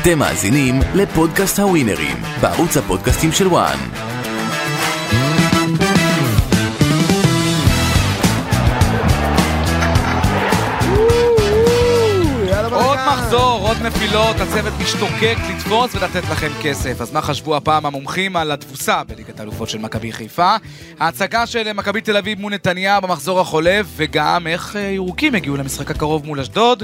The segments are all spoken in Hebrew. אתם מאזינים לפודקאסט הווינרים, בערוץ הפודקאסטים של וואן. עוד מחזור, עוד נפילות, הצוות משתוקק לתפוס ולתת לכם כסף. אז מה חשבו הפעם המומחים על התבוסה בליגת האלופות של מכבי חיפה? ההצגה של אה, מכבי תל אביב מול נתניה במחזור החולף, וגם איך אה, ירוקים הגיעו למשחק הקרוב מול אשדוד.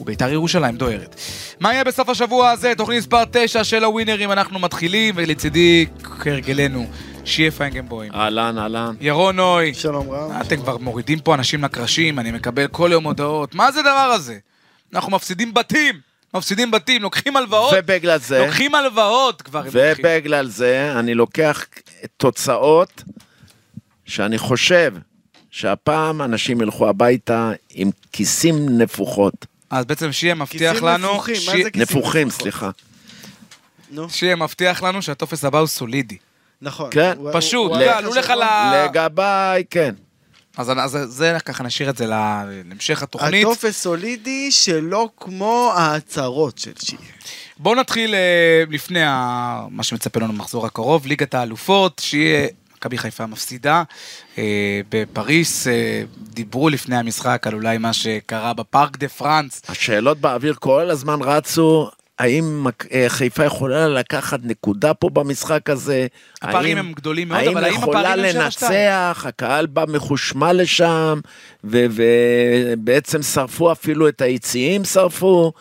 וביתר ירושלים דוהרת. מה יהיה בסוף השבוע הזה? תוכנית מספר 9 של הווינרים, אנחנו מתחילים, ולצידי, כהרגלנו, שיהיה פיינגנבוים. אהלן, אהלן. ירון נוי, שלום רב. מה, אתם כבר מורידים פה אנשים לקרשים, אני מקבל כל יום הודעות. מה זה הדבר הזה? אנחנו מפסידים בתים! מפסידים בתים, לוקחים הלוואות, ובגלל זה, לוקחים הלוואות כבר. הם לוקחים. ובגלל זה, אני לוקח תוצאות שאני חושב שהפעם אנשים ילכו הביתה עם כיסים נפוחות. אז בעצם שיהיה מבטיח כיסים לנו, נפוחים, מה שיה- זה כיסים? נפוחים, נפוחות. סליחה. נו, שיהיה מבטיח לנו שהטופס הבא הוא סולידי. נכון. כן, הוא- פשוט, הוא- לא, הוא- עלו הוא- לך ל- אה. לגביי, כן. אז אז זה ככה נשאיר את זה ל- להמשך התוכנית. הטופס סולידי שלא כמו ההצהרות של שיעי. בואו נתחיל אה, לפני ה- מה שמצפה לנו במחזור הקרוב, ליגת האלופות, שיהיה... מכבי חיפה מפסידה אה, בפריס, אה, דיברו לפני המשחק על אולי מה שקרה בפארק דה פרנס, השאלות באוויר כל הזמן רצו, האם מק- אה, חיפה יכולה לקחת נקודה פה במשחק הזה? הפערים האם- הם גדולים מאוד, אבל האם האם יכולה הפערים הם 7-2? לנצח? הקהל בא מחושמל לשם, ובעצם שרפו אפילו את היציעים, שרפו,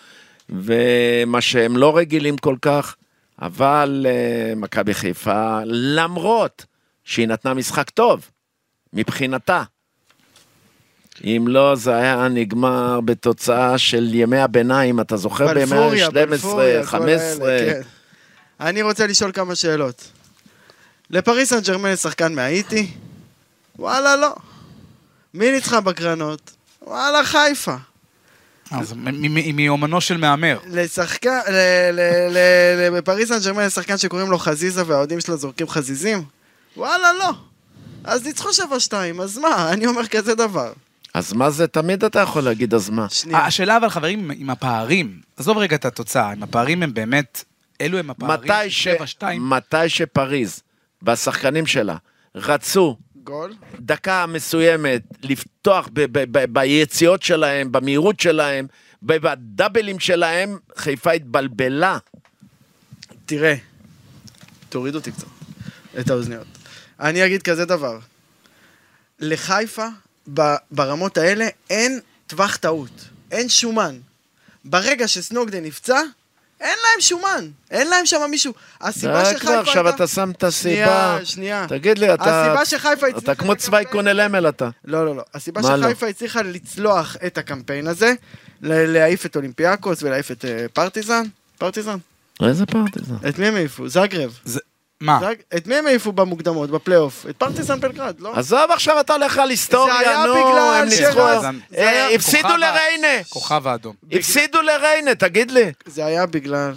ומה שהם לא רגילים כל כך. אבל אה, מכבי חיפה, למרות שהיא נתנה משחק טוב, מבחינתה, אם לא, זה היה נגמר בתוצאה של ימי הביניים, אתה זוכר? בימי בלפוריה, ה-12, בלפוריה, כל 15. האלה, כן. אני רוצה לשאול כמה שאלות. לפריס סן ג'רמן יש שחקן מהאיטי? וואלה, לא. מי ניצחה בקרנות? וואלה, חיפה. אה. אז מ- מ- מ- מיומנו של מהמר. לשחקן, ל- ל- ל- ל- בפריס סן ג'רמן יש שחקן שקוראים לו חזיזה והאוהדים שלו זורקים חזיזים? וואלה, לא. אז ניצחו 7-2, אז מה? אני אומר כזה דבר. אז מה זה, תמיד אתה יכול להגיד, אז מה? שנייה. השאלה אבל חברים, עם הפערים, עזוב רגע את התוצאה, אם הפערים הם באמת, אלו הם הפערים, מתי, ש... 7-2, מתי שפריז והשחקנים שלה רצו גול? דקה מסוימת לפתוח ב- ב- ב- ביציאות שלהם, במהירות שלהם, ב- בדאבלים שלהם, חיפה התבלבלה. תראה, תוריד אותי קצת, את האוזניות. אני אגיד כזה דבר, לחיפה, ב- ברמות האלה, אין טווח טעות, אין שומן. ברגע שסנוגדן נפצע, אין להם שומן, אין להם שם מישהו. הסיבה די שחיפה כבר, הייתה... לא, עכשיו אתה שם את הסיבה. שנייה, שנייה. תגיד לי, אתה... הסיבה שחיפה אתה הצליחה כמו לקבל- צווי קונל אמל אתה. לא, לא, לא. הסיבה מה לא? שחיפה הצליחה לצלוח את הקמפיין הזה, ל- להעיף את אולימפיאקוס ולהעיף את אה, פרטיזן, פרטיזן? איזה פרטיזן? את מי הם העיפו? זאגרב. מה? זה היה- את מי הם העיפו במוקדמות, בפלייאוף? את פרטיסן בלגרד, לא? עזוב עכשיו אתה הולך על זה היה היסטוריה, נו, בגלל הם ש- ניצחו, זה אה, היה- הפסידו כוכב ה- לריינה, כוכב האדום. הפסידו לריינה, תגיד לי. זה היה בגלל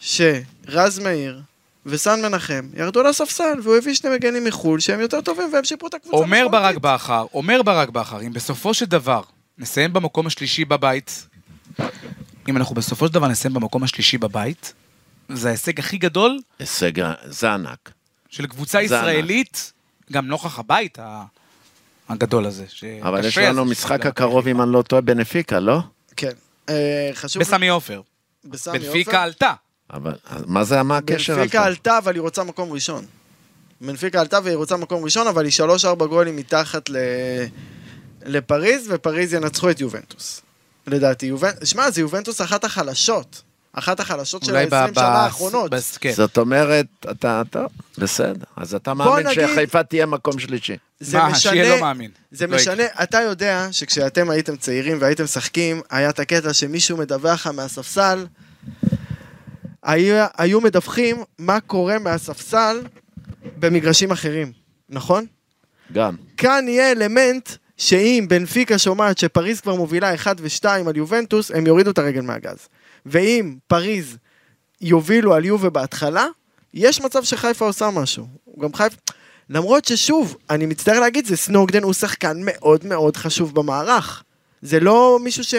שרז מאיר וסן מנחם ירדו לספסל, והוא הביא שני מגנים מחו"ל שהם יותר טובים והם שיפרו את הקבוצה. אומר משמעותית. ברק בכר, אומר ברק בכר, אם בסופו של דבר נסיים במקום השלישי בבית, אם אנחנו בסופו של דבר נסיים במקום השלישי בבית, זה ההישג הכי גדול הישג, ה- זה ענק. של קבוצה זה ישראלית, גם נוכח הבית ה- הגדול הזה. שקשה אבל יש הזה לנו של משחק מכבי הקרוב, אם אני לא טועה, בנפיקה, לא? כן. אה, חשוב... בסמי עופר. בסמי בנפיקה עופר. עלתה. אבל אז מה זה, מה הקשר? בנפיקה על... עלתה, אבל היא רוצה מקום ראשון. בנפיקה עלתה והיא רוצה מקום ראשון, אבל היא שלוש-ארבע גולים מתחת ל... לפריז, ופריז ינצחו את יובנטוס. לדעתי, יובנ... שמע, זה יובנטוס אחת החלשות. אחת החלשות של אולי ב- ה-20 ב- שנה האחרונות. בס- כן. זאת אומרת, אתה, טוב, בסדר. אז אתה מאמין נגיד- שחיפה תהיה מקום שלישי. זה מה, משנה, שיהיה לא מאמין. זה לא משנה, אתה יודע שכשאתם הייתם צעירים והייתם משחקים, היה את הקטע שמישהו מדווח לך מהספסל, היה, היו מדווחים מה קורה מהספסל במגרשים אחרים, נכון? גם. כאן יהיה אלמנט שאם בנפיקה שומעת שפריז כבר מובילה 1 ו-2 על יובנטוס, הם יורידו את הרגל מהגז. ואם פריז יובילו על יובה בהתחלה, יש מצב שחיפה עושה משהו. גם חיפה... למרות ששוב, אני מצטער להגיד, זה סנוגדן הוא שחקן מאוד מאוד חשוב במערך. זה לא מישהו ש...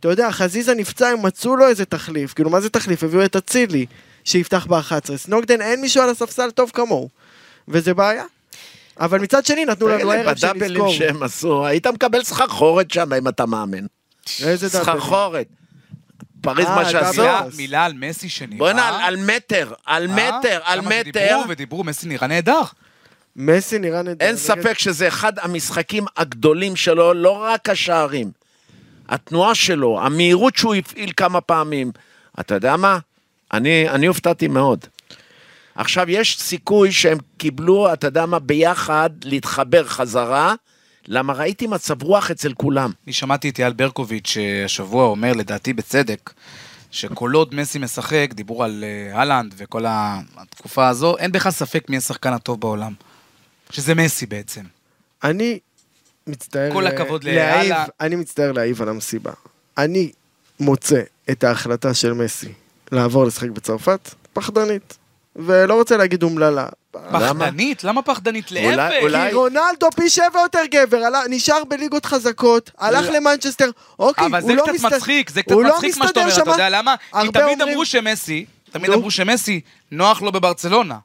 אתה יודע, חזיזה נפצע, הם מצאו לו איזה תחליף. כאילו, מה זה תחליף? הביאו את אצילי, שיפתח ב-11. סנוגדן, אין מישהו על הספסל טוב כמוהו. וזה בעיה. אבל מצד שני, נתנו לנו תגיד לי, ערב של בדאבלים לזכור. שהם עשו, היית מקבל סחרחורת שם אם אתה מאמן. איזה דאבל? סחרחורת. פריז אה, מה שעשו. מילה- אז- מילה על מסי שנראה. בוא'נה, על- על מטר, על אה? מטר, על כמה מטר. שדיברו ודיברו, מסי נראה נהדר. מסי נראה נדיר. אין ספק שזה אחד המשחקים הגדולים שלו, לא רק השערים. התנועה שלו, המהירות שהוא הפעיל כמה פעמים. אתה יודע מה? אני, אני הופתעתי מאוד. עכשיו, יש סיכוי שהם קיבלו, אתה יודע מה, ביחד להתחבר חזרה, למה ראיתי מצב רוח אצל כולם. אני שמעתי את אייל ברקוביץ' אה, השבוע אומר, לדעתי בצדק, שכל עוד מסי משחק, דיברו על אה, אהלנד וכל ה- התקופה הזו, אין בכלל ספק מי השחקן הטוב בעולם. שזה מסי בעצם. אני מצטער... כל ל- הכבוד להעיב, לאללה. אני מצטער להעיב על המסיבה. אני מוצא את ההחלטה של מסי לעבור לשחק בצרפת פחדנית. ולא רוצה להגיד אומללה. פחדנית? למה פחדנית? אולי- להפך! אולי- כי רונלדו פי שבע יותר גבר, עלה, נשאר בליגות חזקות, הלך למנצ'סטר, אוקיי, הוא לא. לא אבל מסתדר. זה קצת מצחיק, זה קצת הוא לא מצחיק מה שאתה מסתדר אומר, אתה שמה. יודע למה? כי הרבה תמיד אומרים- אמרו שמסי, תמיד נו. אמרו שמסי, נוח לו בברצלונה.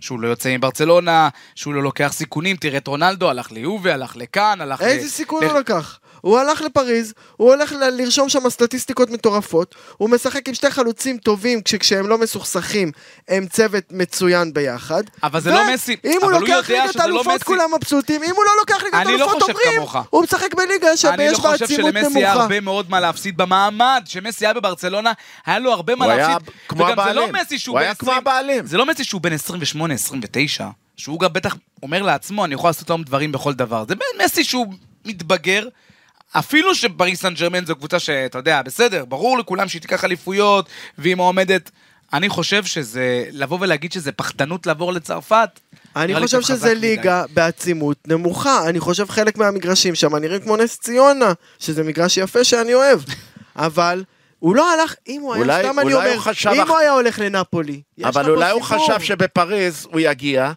שהוא לא יוצא מברצלונה, שהוא לא לוקח סיכונים, תראה את רונלדו, הלך ליובה, הלך לכאן, הלך... ל- איזה סיכון ל- הוא לקח? הוא הלך לפריז, הוא הולך ל- לרשום שם סטטיסטיקות מטורפות, הוא משחק עם שתי חלוצים טובים, כשכשהם לא מסוכסכים, הם צוות מצוין ביחד. אבל זה לא מסי, אם הוא אבל הוא לוקח יודע ליגת שזה לא אלופות מסי. כולם מבסוטים, אם הוא לא לוקח ליגת אני לא אלופות חושב אומרים, כמוך. הוא משחק בליגה אני לא שיש בה חושב עצימות שלמסי היה נמוכה. הרבה מאוד מה להפסיד במעמד, שמסי היה בברצלונה, היה לו הרבה מה הוא היה להפסיד. כמו וגם זה לא הבעלים. מסי שהוא הוא בן היה 20 כמו הבעלים. זה לא מסי שהוא בן 28, 29, שהוא גם בטח אומר לעצמו, אני יכול לעשות היום דברים בכל דבר. זה בן מסי שהוא מתבגר. אפילו שפריס סן ג'רמן זו קבוצה שאתה יודע, בסדר, ברור לכולם שהיא תיקח אליפויות, והיא מועמדת. אני חושב שזה, לבוא ולהגיד שזה פחדנות לעבור לצרפת, אני נראה לי חושב קצת חזק שזה מדי. ליגה בעצימות נמוכה. אני חושב חלק מהמגרשים שם נראים כמו נס ציונה, שזה מגרש יפה שאני אוהב. אבל הוא לא הלך, אם הוא היה, אולי- סתם אולי אני אומר, הוא חשב אם אח- הוא היה הולך לנפולי, יש לך אבל פה אולי הוא סיפור. חשב שבפריז הוא יגיע,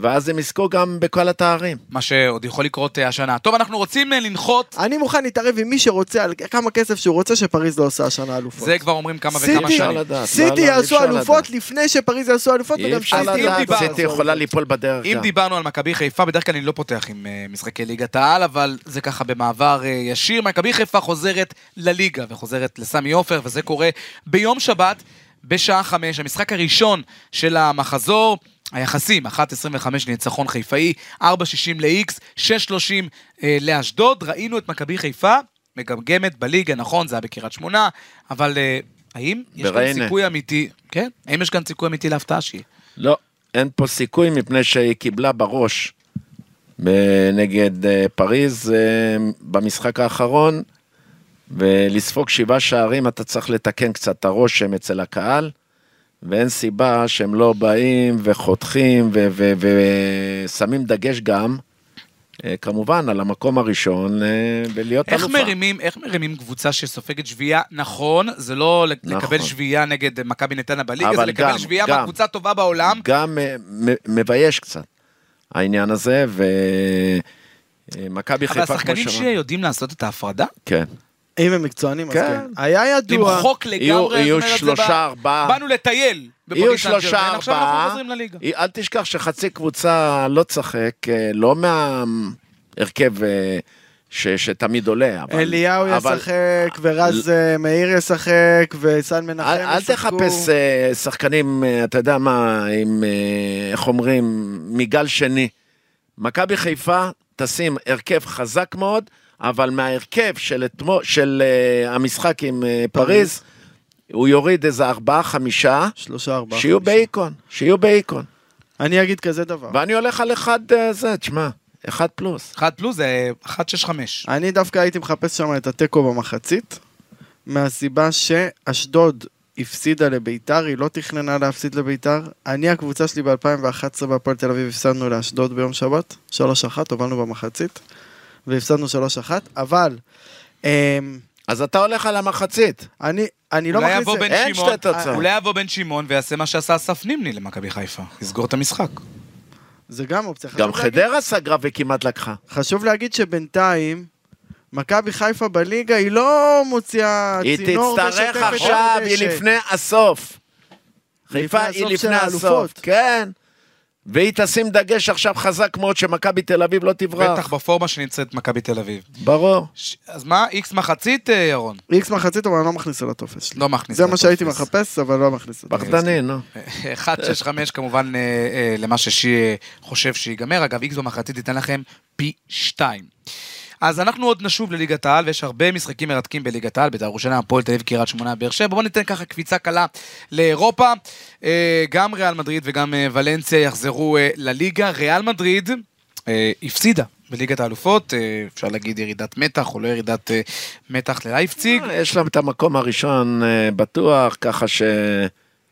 ואז הם יזכו גם בכל התארים. מה שעוד יכול לקרות אה, השנה. טוב, אנחנו רוצים אה, לנחות, אני מוכן להתערב עם מי שרוצה, על כמה כסף שהוא רוצה, שפריז לא עושה השנה אלופות. זה כבר אומרים כמה וכמה סיטי, אפשר שנים. לדעת, סיטי וואלה, אי יעשו אפשר אלופות לדעת. לפני שפריז יעשו אלופות, אי וגם אפשר סיטי לדעת, יעשו סיטי אלופות. יכולה ליפול בדרך אם גם. דיברנו על מכבי חיפה, בדרך כלל אני לא פותח עם אה, משחקי ליגת העל, אבל זה ככה במעבר אה, ישיר. מכבי חיפה חוזרת לליגה וחוזרת לסמי עופר, וזה קורה ביום שבת בשעה חמש. המשחק הראשון של המחזור. היחסים, 1.25 ניצחון חיפאי, 4.60 ל-X, 6.30 אה, לאשדוד. ראינו את מכבי חיפה מגמגמת בליגה, נכון, זה היה בקריית שמונה, אבל אה, האם יש כאן בריינה. סיכוי אמיתי, כן? האם יש כאן סיכוי אמיתי להפתעה שהיא? לא, אין פה סיכוי מפני שהיא קיבלה בראש ב- נגד אה, פריז אה, במשחק האחרון, ולספוג שבעה שערים אתה צריך לתקן קצת את הרושם אצל הקהל, ואין סיבה שהם לא באים וחותכים ושמים דגש גם. אה, כמובן, על המקום הראשון אה, ולהיות איך אלופה. מרימים, איך מרימים קבוצה שסופגת שביעייה, נכון, זה לא לק- נכון. לקבל שביעייה נגד אה, מכבי נתניה בליגה, זה אבל לקבל גם, שביעייה גם. מהקבוצה הטובה בעולם. גם אה, מ- מבייש קצת, העניין הזה, ומכבי אבל חיפה, כמו השחקנים שאמרת. שיודעים לעשות את ההפרדה, כן. אם הם מקצוענים, אז כן. כן. היה ידוע, למחוק יהיו- לגמרי, יהיו זאת אומרת, זה שלושה, בא- ארבעה. באנו לטייל. בפריס יהיו סן שלושה, ג'רמן, עכשיו אנחנו ארבעה. חוזרים לליגה. אל תשכח שחצי קבוצה לא תשחק, אה, לא מההרכב אה, ש- שתמיד עולה. אבל- אליהו אבל- ישחק, ורז אה, מאיר ישחק, וסן מנחם אל, אל תחפש אה, שחקנים, אה, אתה יודע מה, עם, אה, איך אומרים, מגל שני. מכבי חיפה תשים הרכב חזק מאוד, אבל מההרכב של, אתמו, של אה, המשחק עם אה, פריז, הוא יוריד איזה ארבעה, חמישה, שלושה ארבעה. שיהיו חמישה. בהיכון, שיהיו בהיכון. אני אגיד כזה דבר. ואני הולך על אחד אה, זה, תשמע, אחד פלוס. אחד פלוס זה 165. אני דווקא הייתי מחפש שם את התיקו במחצית, מהסיבה שאשדוד הפסידה לביתר, היא לא תכננה להפסיד לביתר. אני, הקבוצה שלי ב-2011 בהפועל תל אביב, הפסדנו לאשדוד ביום שבת, 3-1, הובלנו במחצית, והפסדנו 3-1, אבל... אמ, אז אתה הולך על המחצית. אני, אני לא אולי מכניס... יבוא את- בן אין שמעון, שתי תוצאות. אולי יבוא בן שמעון ויעשה מה שעשה אסף נימני למכבי חיפה, יסגור את המשחק. זה גם אופציה. חשוב גם להגיד- חדרה סגרה וכמעט לקחה. חשוב להגיד שבינתיים מכבי חיפה בליגה היא לא מוציאה היא צינור תצטרך משתפת עכשיו, על היא הדשא. לפני הסוף. חיפה לפני היא הסוף של לפני הסוף, האלופות. כן. והיא תשים דגש עכשיו חזק מאוד שמכבי תל אביב לא תברח. בטח בפורמה שנמצאת מכבי תל אביב. ברור. ש- אז מה, איקס מחצית, אה, ירון? איקס מחצית, אבל אני לא מכניס על הטופס שלי. לא מכניס. זה מה לטופס. שהייתי מחפש, אבל לא מכניס אותו. פחדני, נו. 165 כמובן אה, אה, למה ששי אה, חושב שיגמר. אגב, איקס במחצית תיתן לכם פי שתיים. אז אנחנו עוד נשוב לליגת העל, ויש הרבה משחקים מרתקים בליגת העל, בית"ר ירושלים, הפועל תל אביב, קריית שמונה, באר שבע. בואו ניתן ככה קפיצה קלה לאירופה. אה, גם ריאל מדריד וגם אה, ולנסיה יחזרו אה, לליגה. ריאל מדריד אה, הפסידה בליגת האלופות, אה, אפשר להגיד ירידת מתח או לא ירידת אה, מתח ללייפציג. יש להם את המקום הראשון אה, בטוח, ככה שהיא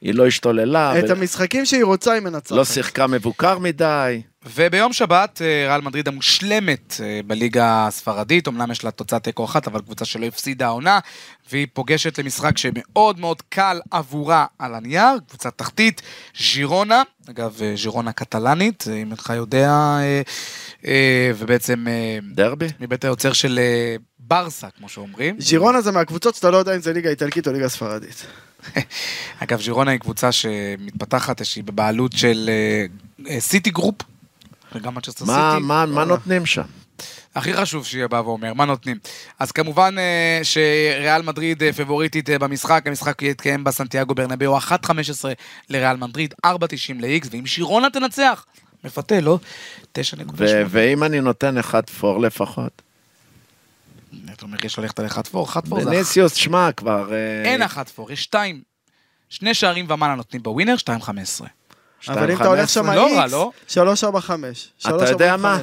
לא השתוללה, את ו- המשחקים שהיא רוצה היא מנצחת. לא שיחקה מבוקר מדי. וביום שבת, אה, ריאל מדריד המושלמת אה, בליגה הספרדית, אמנם יש לה תוצאה תיקו אחת, אבל קבוצה שלא הפסידה העונה, והיא פוגשת למשחק שמאוד מאוד קל עבורה על הנייר, קבוצה תחתית, ז'ירונה, אגב, אה, ז'ירונה קטלנית, אה, אם אינך יודע, אה, אה, ובעצם אה, דרבי? מבית היוצר של אה, ברסה, כמו שאומרים. ז'ירונה זה מהקבוצות שאתה לא יודע אם זה ליגה איטלקית או ליגה ספרדית. אגב, ז'ירונה היא קבוצה שמתפתחת, שהיא בבעלות של אה, אה, סיטי גרופ. וגם מצ'סטר סיטי. מה- מה מה נותנים שם? הכי חשוב שיהיה בא ואומר, מה נותנים? אז כמובן אה, שריאל מדריד אה, פבוריטית אה, במשחק, המשחק יתקיים בסנטיאגו ברנבאו, 1.15 לריאל מדריד, 4.90 ל-X, ואם שירונה תנצח, מפתה, לא? 9.8. ו- ואם אני נותן אחד פור לפחות? אתה אומר, יש ללכת על 1 פור, 1 פור זה... אח- וניסיוס, שמע, כבר... אה, אין 1 פור, יש 2. שני שערים ומעלה נותנים בווינר, 2.15. אבל אם אתה הולך שם 15, לא רע, איקס, לא? 3 4 5 אתה יודע מה?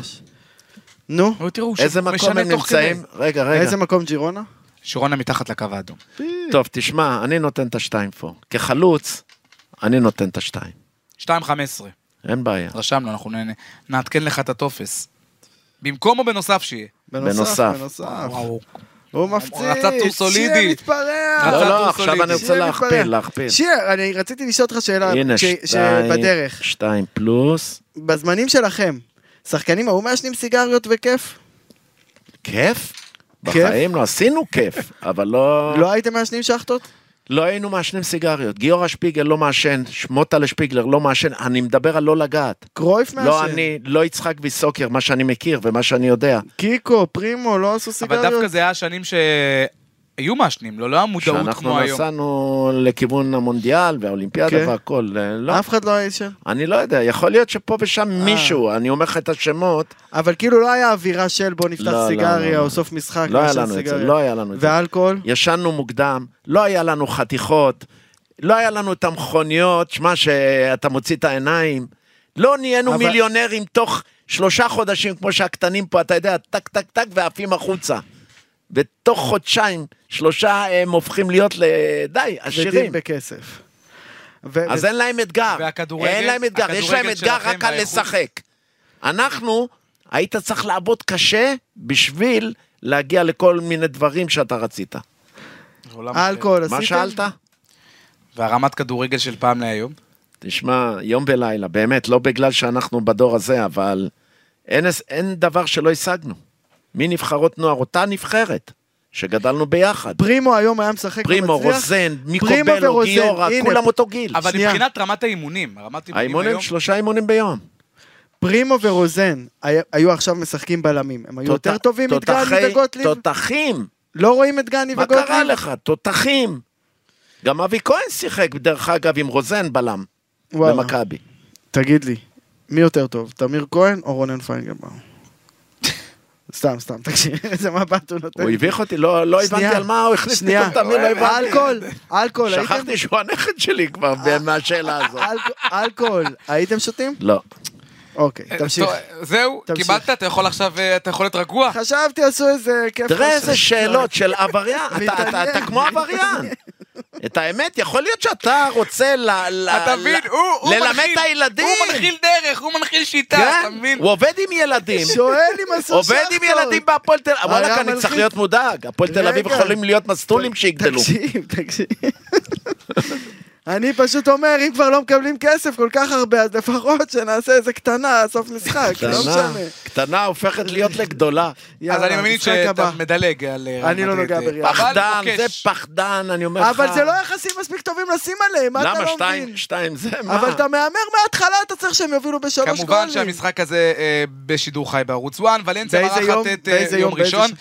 נו, נו, תראו, שהוא איזה מקום משנה הם תוך כדי. נמצאים? רגע, רגע. איזה מקום ג'ירונה? שירונה מתחת לקו האדום. טוב, תשמע, אני נותן את השתיים פה. כחלוץ, אני נותן את השתיים. 2.15. אין אה, בעיה. רשמנו, אנחנו נ- נעדכן לך את הטופס. במקום או בנוסף שיהיה? בנוסף. אה, בנוסף. וואו, הוא מפציץ. רצה טור סולידי. שיר מתפרע. לא, רצה לא, דו עכשיו סולידי. אני רוצה שיר מתפרע. להכפיל, להכפיל. שיר, אני רציתי לשאול אותך שאלה. הנה, ש- שתיים, שבדרך, שתיים פלוס. בזמנים שלכם, שחקנים ההוא מעשנים סיגריות בכיף? כיף? בחיים לא, עשינו כיף, אבל לא... לא הייתם מעשנים שחטות? לא היינו מעשנים סיגריות. גיורא שפיגל לא מעשן, מוטלה שפיגלר לא מעשן, אני מדבר על לא לגעת. קרויף מעשן? לא אני, לא יצחק ויסוקר, מה שאני מכיר ומה שאני יודע. קיקו, פרימו, לא עשו אבל סיגריות? דווקא זה היה השנים שהיו מעשנים, לא, לא היה מודעות כמו שאנחנו היום. נסענו לכיוון המונדיאל והאולימפיאדה כן. והכל, אה, לא. אף אה. אחד לא היה אישר. אני לא יודע, יכול להיות שפה ושם מישהו, אני אומר לך את השמות, אבל כאילו לא היה אווירה של בוא לא, נפתח לא, לא, סיגריה לא. או סוף משחק. לא היה מעשן לנו את זה, סיגריה. לא היה לנו את זה. ואלכוהול? ישנו מוקדם, לא היה לנו חתיכות, לא היה לנו את המכוניות, שמע שאתה מוציא את העיניים, לא נהיינו אבל- מיליונרים תוך שלושה חודשים, כמו שהקטנים פה, אתה יודע, טק טק טק ועפים החוצה. ותוך חודשיים, שלושה אה, הם הופכים להיות ל... די, ודים עשירים. בכסף. ו- אז אין להם אתגר. והכדורגל- אין להם אתגר, יש להם הכדורגל אתגר שלכם רק על והאיכות. לשחק. אנחנו, היית צריך לעבוד קשה בשביל להגיע לכל מיני דברים שאתה רצית. עולם אחר. אלכוהול עשיתם? מה שאלת? והרמת כדורגל של פעם להיום. תשמע, יום ולילה, באמת, לא בגלל שאנחנו בדור הזה, אבל אין, אין דבר שלא השגנו. מנבחרות נוער, אותה נבחרת, שגדלנו ביחד. פרימו היום היה משחק פרימו, ומצליח? רוזן, פרימו מיקובלו, ורוזן, גיורא, הנה, כולם אותו גיל. אבל שנייה. מבחינת רמת האימונים, הרמת אימונים האימונים, היום, שלושה אימונים ביום. פרימו ורוזן היה- היו עכשיו משחקים בלמים. הם היו יותר תות- טובים מדגני תותחי- וגוטליב? תותחים, לא רואים את גני מה וגוטליב? קרה לך? תותחים. גם אבי כהן שיחק, דרך אגב, עם רוזן בלם, וואלה. במכבי. תגיד לי, מי יותר טוב, תמיר כהן או רונן פיינגלבאום? סתם, סתם, תקשיב, איזה מבט הוא נותן. הוא הביך אותי, לא לא הבנתי שנייה, על מה הוא החליף שנייה. אה, פתאום תמיד, לא הבנתי. אלכוהול, אלכוהול, הייתם- אה, שכחתי שהוא הנכד שלי כבר מהשאלה הזאת. אלכוהול- אלכוהול, הייתם שותים? לא. אוקיי, אה, תמשיך. טוב, זהו, תמשיך. קיבלת, אתה יכול עכשיו, אה, אתה יכול להיות רגוע. חשבתי עשו איזה כיף. תראה חשוב. איזה שאלות של עבריין, אתה- אתה- אתה- אתה כמו עבריין. את האמת, יכול להיות שאתה רוצה ל... ל- אתה מבין, ל- הוא הוא ללמד מנחיל- את הילדים. הוא מנחיל דרך, הוא מנחיל שיטה, כן, אתה מבין? הוא עובד עם ילדים. שואל אם עשו עובד עם שחטות. ילדים בהפועל תל אביב. וואלכ, אני אה, מלחיץ. צריך להיות מודאג. הפועל תל אביב רגע. יכולים להיות מסטולים שיגדלו. תקשיב, תקשיב. אני פשוט אומר, אם כבר לא מקבלים כסף כל כך הרבה, אז לפחות שנעשה איזה קטנה, סוף משחק, לא קטנה, משנה. אה, קטנה הופכת להיות לגדולה. אז אני מאמין המשחק הבא. שאתה מדלג על... אה, ריאל אני לא מדריד, נוגע אה, בריאל. אבל פחדן, מבקש. זה פחדן, אני אומר לך. אבל זה לא יחסים מספיק טובים לשים עליהם, מה אתה למה לא שתיים, מבין? שתיים זה מה? אבל אתה מהמר מההתחלה, אתה צריך שהם יובילו בשלוש גולים. כמובן שהמשחק הזה אה, בשידור חי בערוץ 1, ולנסיה באיזה יום? מארחת את אה, באיזה יום יום? באיזה ראשון.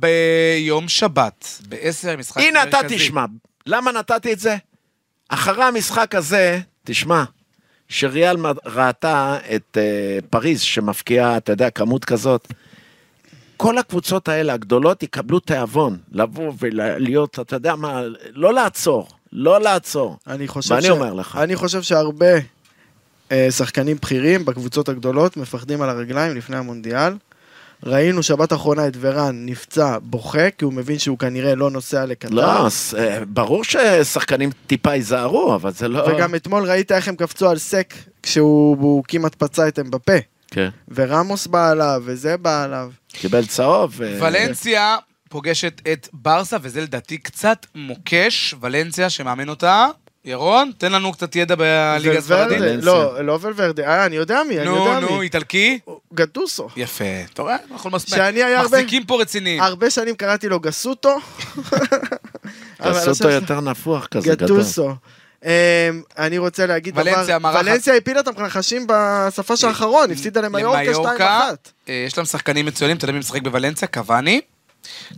ביום שבת, ב-10 משחק הנה אתה מרכזי. תשמע, למה נתתי את זה? אחרי המשחק הזה, תשמע, שריאל מ- ראתה את אה, פריז שמפקיעה, אתה יודע, כמות כזאת, כל הקבוצות האלה הגדולות יקבלו תיאבון, לבוא ולהיות, אתה יודע מה, לא לעצור, לא לעצור. אני חושב ואני אומר לך. אני חושב שהרבה אה, שחקנים בכירים בקבוצות הגדולות מפחדים על הרגליים לפני המונדיאל. ראינו שבת האחרונה את ורן נפצע בוכה, כי הוא מבין שהוא כנראה לא נוסע לקטר. לא, ס- אה, ברור ששחקנים טיפה ייזהרו, אבל זה לא... אה. וגם אתמול ראית איך הם קפצו על סק כשהוא הוא כמעט פצע את אמבפה. כן, ורמוס בא עליו, וזה בא עליו. קיבל צהוב. אה, ולנסיה פוגשת את ברסה, וזה לדעתי קצת מוקש. ולנסיה, שמאמן אותה. ירון, תן לנו קצת ידע בליגה הספרדית. ולוורדה- לא, לא ולוורדה, אה, אני יודע מי, אני נו, יודע נו, מי. איטלקי. גטוסו. יפה. אתה רואה, אנחנו מספיק. שאני היה הרבה- מחזיקים פה רציניים. הרבה שנים קראתי לו גסוטו. אבל תעשו אותו עכשיו- יותר נפוח כזה, גדול. גטוסו. אמ, אני רוצה להגיד דבר... ולנסיה מארחת- ולנסיה הפילה את המנחשים בספש האחרון, הפסידה למיורקה 2-1. אה, יש להם שחקנים מצוינים, אתה יודע מי משחק בוולנסיה? קוואני.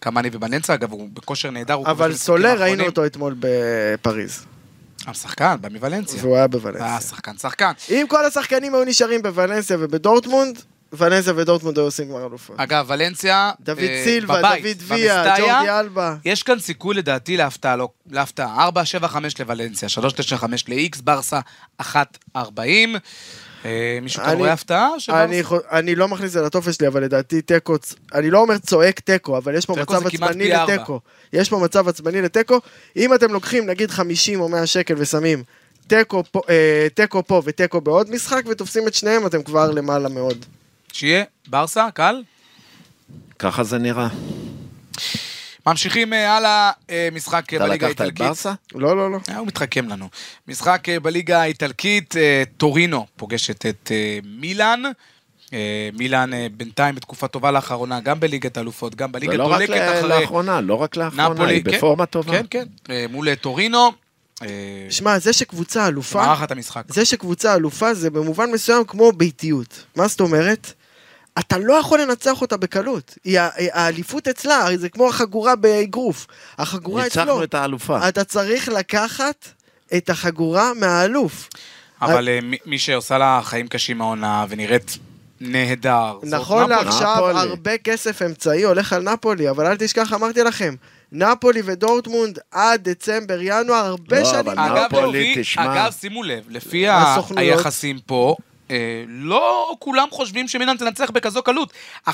קוואני ובלנסיה, אגב, הוא בכושר נהדר. הוא אבל כובש במשחקים סולר האחרונים. ראינו אותו אתמול בפריז, השחקן, בא מוולנסיה. והוא היה אה, בוולנסיה. שחקן, שחקן. אם כל השחקנים היו נשארים בוולנסיה ובדורטמונד, וולנסיה ודורטמונד היו עושים גמר אלופות. אגב, ולנסיה... דוד אה, סילבה, בבית, דוד ויה, במסטאיה, ג'ורדי אלבה. יש כאן סיכוי לדעתי להפתעה, לא, להפתעה. 4-7-5 לוולנסיה, 3-9-5 ל-X, ברסה 1-40. אה, מישהו כאן אני- רואה הפתעה? או שברסה- אני, חו- אני לא מכניס את זה לטופס שלי, אבל לדעתי תיקו, צ- אני לא אומר צועק תיקו, אבל יש פה תיקו מצב זה כמעט עצבני פי ארבע. לתיקו. יש פה מצב עצבני לתיקו. אם אתם לוקחים נגיד 50 או 100 שקל ושמים תיקו פה, אה, תיקו פה ותיקו בעוד משחק ותופסים את שניהם, אתם כבר למעלה מאוד. שיהיה, ברסה, קל? ככה זה נראה. ממשיכים אה, הלאה, אה, כן, משחק אה, אתה בליגה לקחת את האיטלקית. ברסה? לא, לא, לא. אה, הוא מתחכם לנו. משחק אה, בליגה האיטלקית, אה, טורינו פוגשת את אה, מילאן. אה, מילאן אה, בינתיים בתקופה טובה לאחרונה, גם בליגת האלופות, גם בליגה ולא לא רק דולקת ל- אחרי לאחרונה, לא רק לאחרונה, נפולי. היא כן, בפורמה טובה. כן, כן. אה, מול אה, טורינו. אה, שמע, זה שקבוצה אלופה, מערכת המשחק. זה שקבוצה אלופה זה במובן מסוים כמו ביתיות. מה זאת אומרת? אתה לא יכול לנצח אותה בקלות. היא ה- האליפות אצלה, הרי זה כמו החגורה באגרוף. החגורה אצלו. ניצחנו את האלופה. אתה צריך לקחת את החגורה מהאלוף. אבל אה, מי- מי שעושה לה חיים קשים העונה ונראית נהדר. זאת נכון נפולי. לעכשיו, נפולי. הרבה כסף אמצעי הולך על נפולי, אבל אל תשכח, אמרתי לכם, נפולי ודורטמונד עד דצמבר, ינואר, הרבה לא, שנים. אבל אגב, נפולי, לפי- תשמע. אגב, שימו לב, לפי ה- הסוכנויות. היחסים פה, אה, לא כולם חושבים שמילאן תנצח בכזו קלות. 1-7-5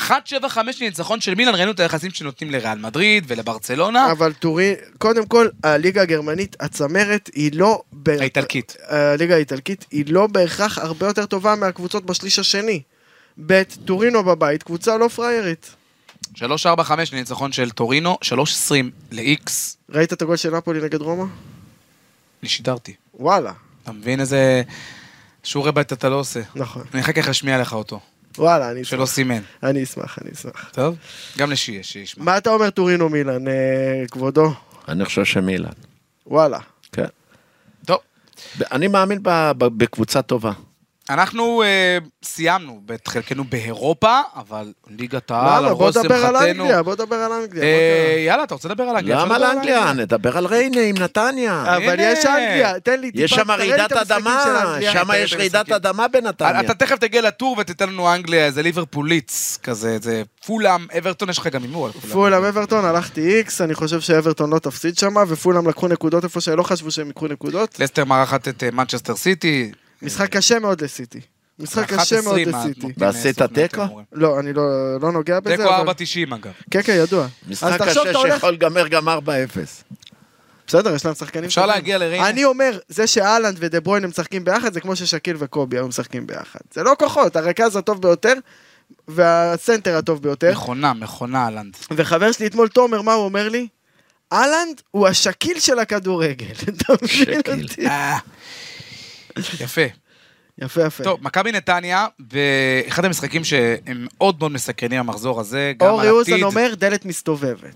לניצחון של מילאן, ראינו את היחסים שנותנים לריאל מדריד ולברצלונה. אבל טורי, קודם כל, הליגה הגרמנית, הצמרת, היא לא... ב- האיטלקית. הליגה האיטלקית, היא לא בהכרח הרבה יותר טובה מהקבוצות בשליש השני. ב', טורינו בבית, קבוצה לא פריירית. 3-4-5 לניצחון של טורינו, 3-20 ל-X. ראית את הגול של נפולי נגד רומא? אני שידרתי. וואלה. אתה מבין איזה שיעורי בית אתה לא עושה. נכון. אני אחר כך אשמיע לך אותו, וואלה, אני שלא אשמח. סימן. אני אשמח, אני אשמח. טוב? גם לשיהיה, שישמע. מה אתה אומר טורינו מילן, אה, כבודו? אני חושב שמילן. וואלה. כן. טוב. אני מאמין ב- ב- בקבוצה טובה. אנחנו אה, סיימנו את חלקנו באירופה, אבל ליגת העל, למה? על בוא ראש נדבר על אה, שמחתנו. אנגליה, בוא נדבר על אנגליה. אה, מה יאללה, אתה רוצה לדבר על אנגליה? אפשר למה לדבר על לאנגליה? נדבר על ריינה עם נתניה. כן. קרה? אבל הנה. יש אנגליה, תן לי טיפה, יש שם תראה לי את רעידת המשחקים אדמה, של אנגליה. שם תראה יש את רעידת המשחקים. אה, אדמה בנתניה. אתה תכף תגיע לטור ותיתן לנו אנגליה, איזה ליברפוליץ כזה, איזה פולאם, אברטון, יש לך גם הימור על פולאם. פולאם אברטון, הלכתי איקס, אני חושב שאברטון לא תפסיד שם, ופולאם לקחו נקודות איפה שלא חשבו שהם יקחו נקודות. לסטר מארחת את אה, מנצ'סטר סיטי. משחק קשה מאוד לסיטי. משחק קשה מאוד 1-20, לסיטי. נותנים, ועשית אה, סוכני תיקו? הימורים. לא, אני לא- לא נוגע בזה, תיקו אבל... 4.90 אגב. כן, כן, ידוע. אז משחק תחשוב, קשה אתה הולך... שיכול להיגמר גם 4-0. בסדר, יש להם שחקנים אפשר טובים. להגיע לריינה. אני אומר, זה שאהלנד ודה ברוין הם משחקים ביחד, זה כמו ששקיל וקובי היו משחקים ביחד. זה לא כוחות, הרכז הטוב ביותר והסנטר הטוב ביותר. נכון. מכונה, מכונה, אהלנד. וחבר שלי אתמול, תומר, מה הוא אומר לי? אהלנד הוא השקיל של הכדורגל. אתה מבין שקיל. אותי? אה. יפה. יפה, יפה. טוב, מכבי נתניה, ואחד המשחקים שהם מאוד מאוד מסקרנים המחזור הזה, גם אורי על אוזן עתיד. אומר דלת מסתובבת.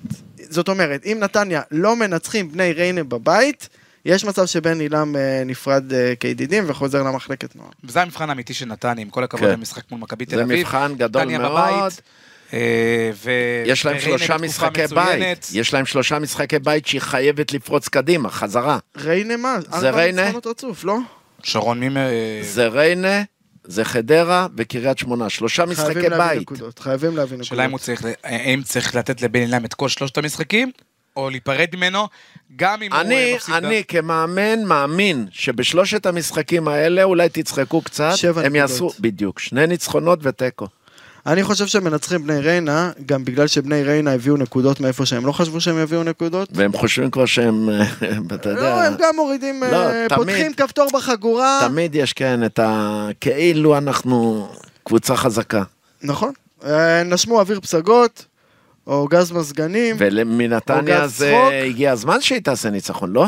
זאת אומרת, אם נתניה לא מנצחים בני ריינה בבית, יש מצב שבן עילם אה, נפרד אה, כידידים וחוזר למחלקת נוער. וזה המבחן האמיתי של נתניה, עם כל הכבוד כן. למשחק מול מכבי תל זה אביב. מבחן גדול נתניה מאוד. בבית, אה, ו... יש להם וריינה שלושה בתקופה משחקי מצוינת. בית. יש להם שלושה משחקי בית שהיא חייבת לפרוץ קדימה, חזרה. ריינה מה? זה ריינה? ארבע ניצחונות רצוף, לא? שרון, מי... מ- אה, זה ריינה, זה חדרה וקריית שמונה. שלושה חייבים משחקי להביא בית. נקודות, חייבים להביא נקודות. השאלה אם הוא צריך, ל- האם צריך לתת לבן אילם את כל שלושת המשחקים, או להיפרד ממנו, גם אם הוא אה, אני, מפסיד. אני כמאמן מאמין שבשלושת המשחקים האלה אולי תצחקו קצת, שבע הם נקודות. יעשו, בדיוק, שני ניצחונות ותיקו. אני חושב שמנצחים בני ריינה, גם בגלל שבני ריינה הביאו נקודות מאיפה שהם לא חשבו שהם יביאו נקודות. והם חושבים כבר שהם, אתה לא, יודע, הם גם מורידים, לא, אה, תמיד- פותחים כפתור בחגורה. תמיד יש כן את ה... כאילו אנחנו קבוצה חזקה. נכון. אה, נשמו אוויר פסגות, או גז מזגנים. ומנתניה עוגת זה צחוק. הגיע הזמן שהיא תעשה ניצחון, לא?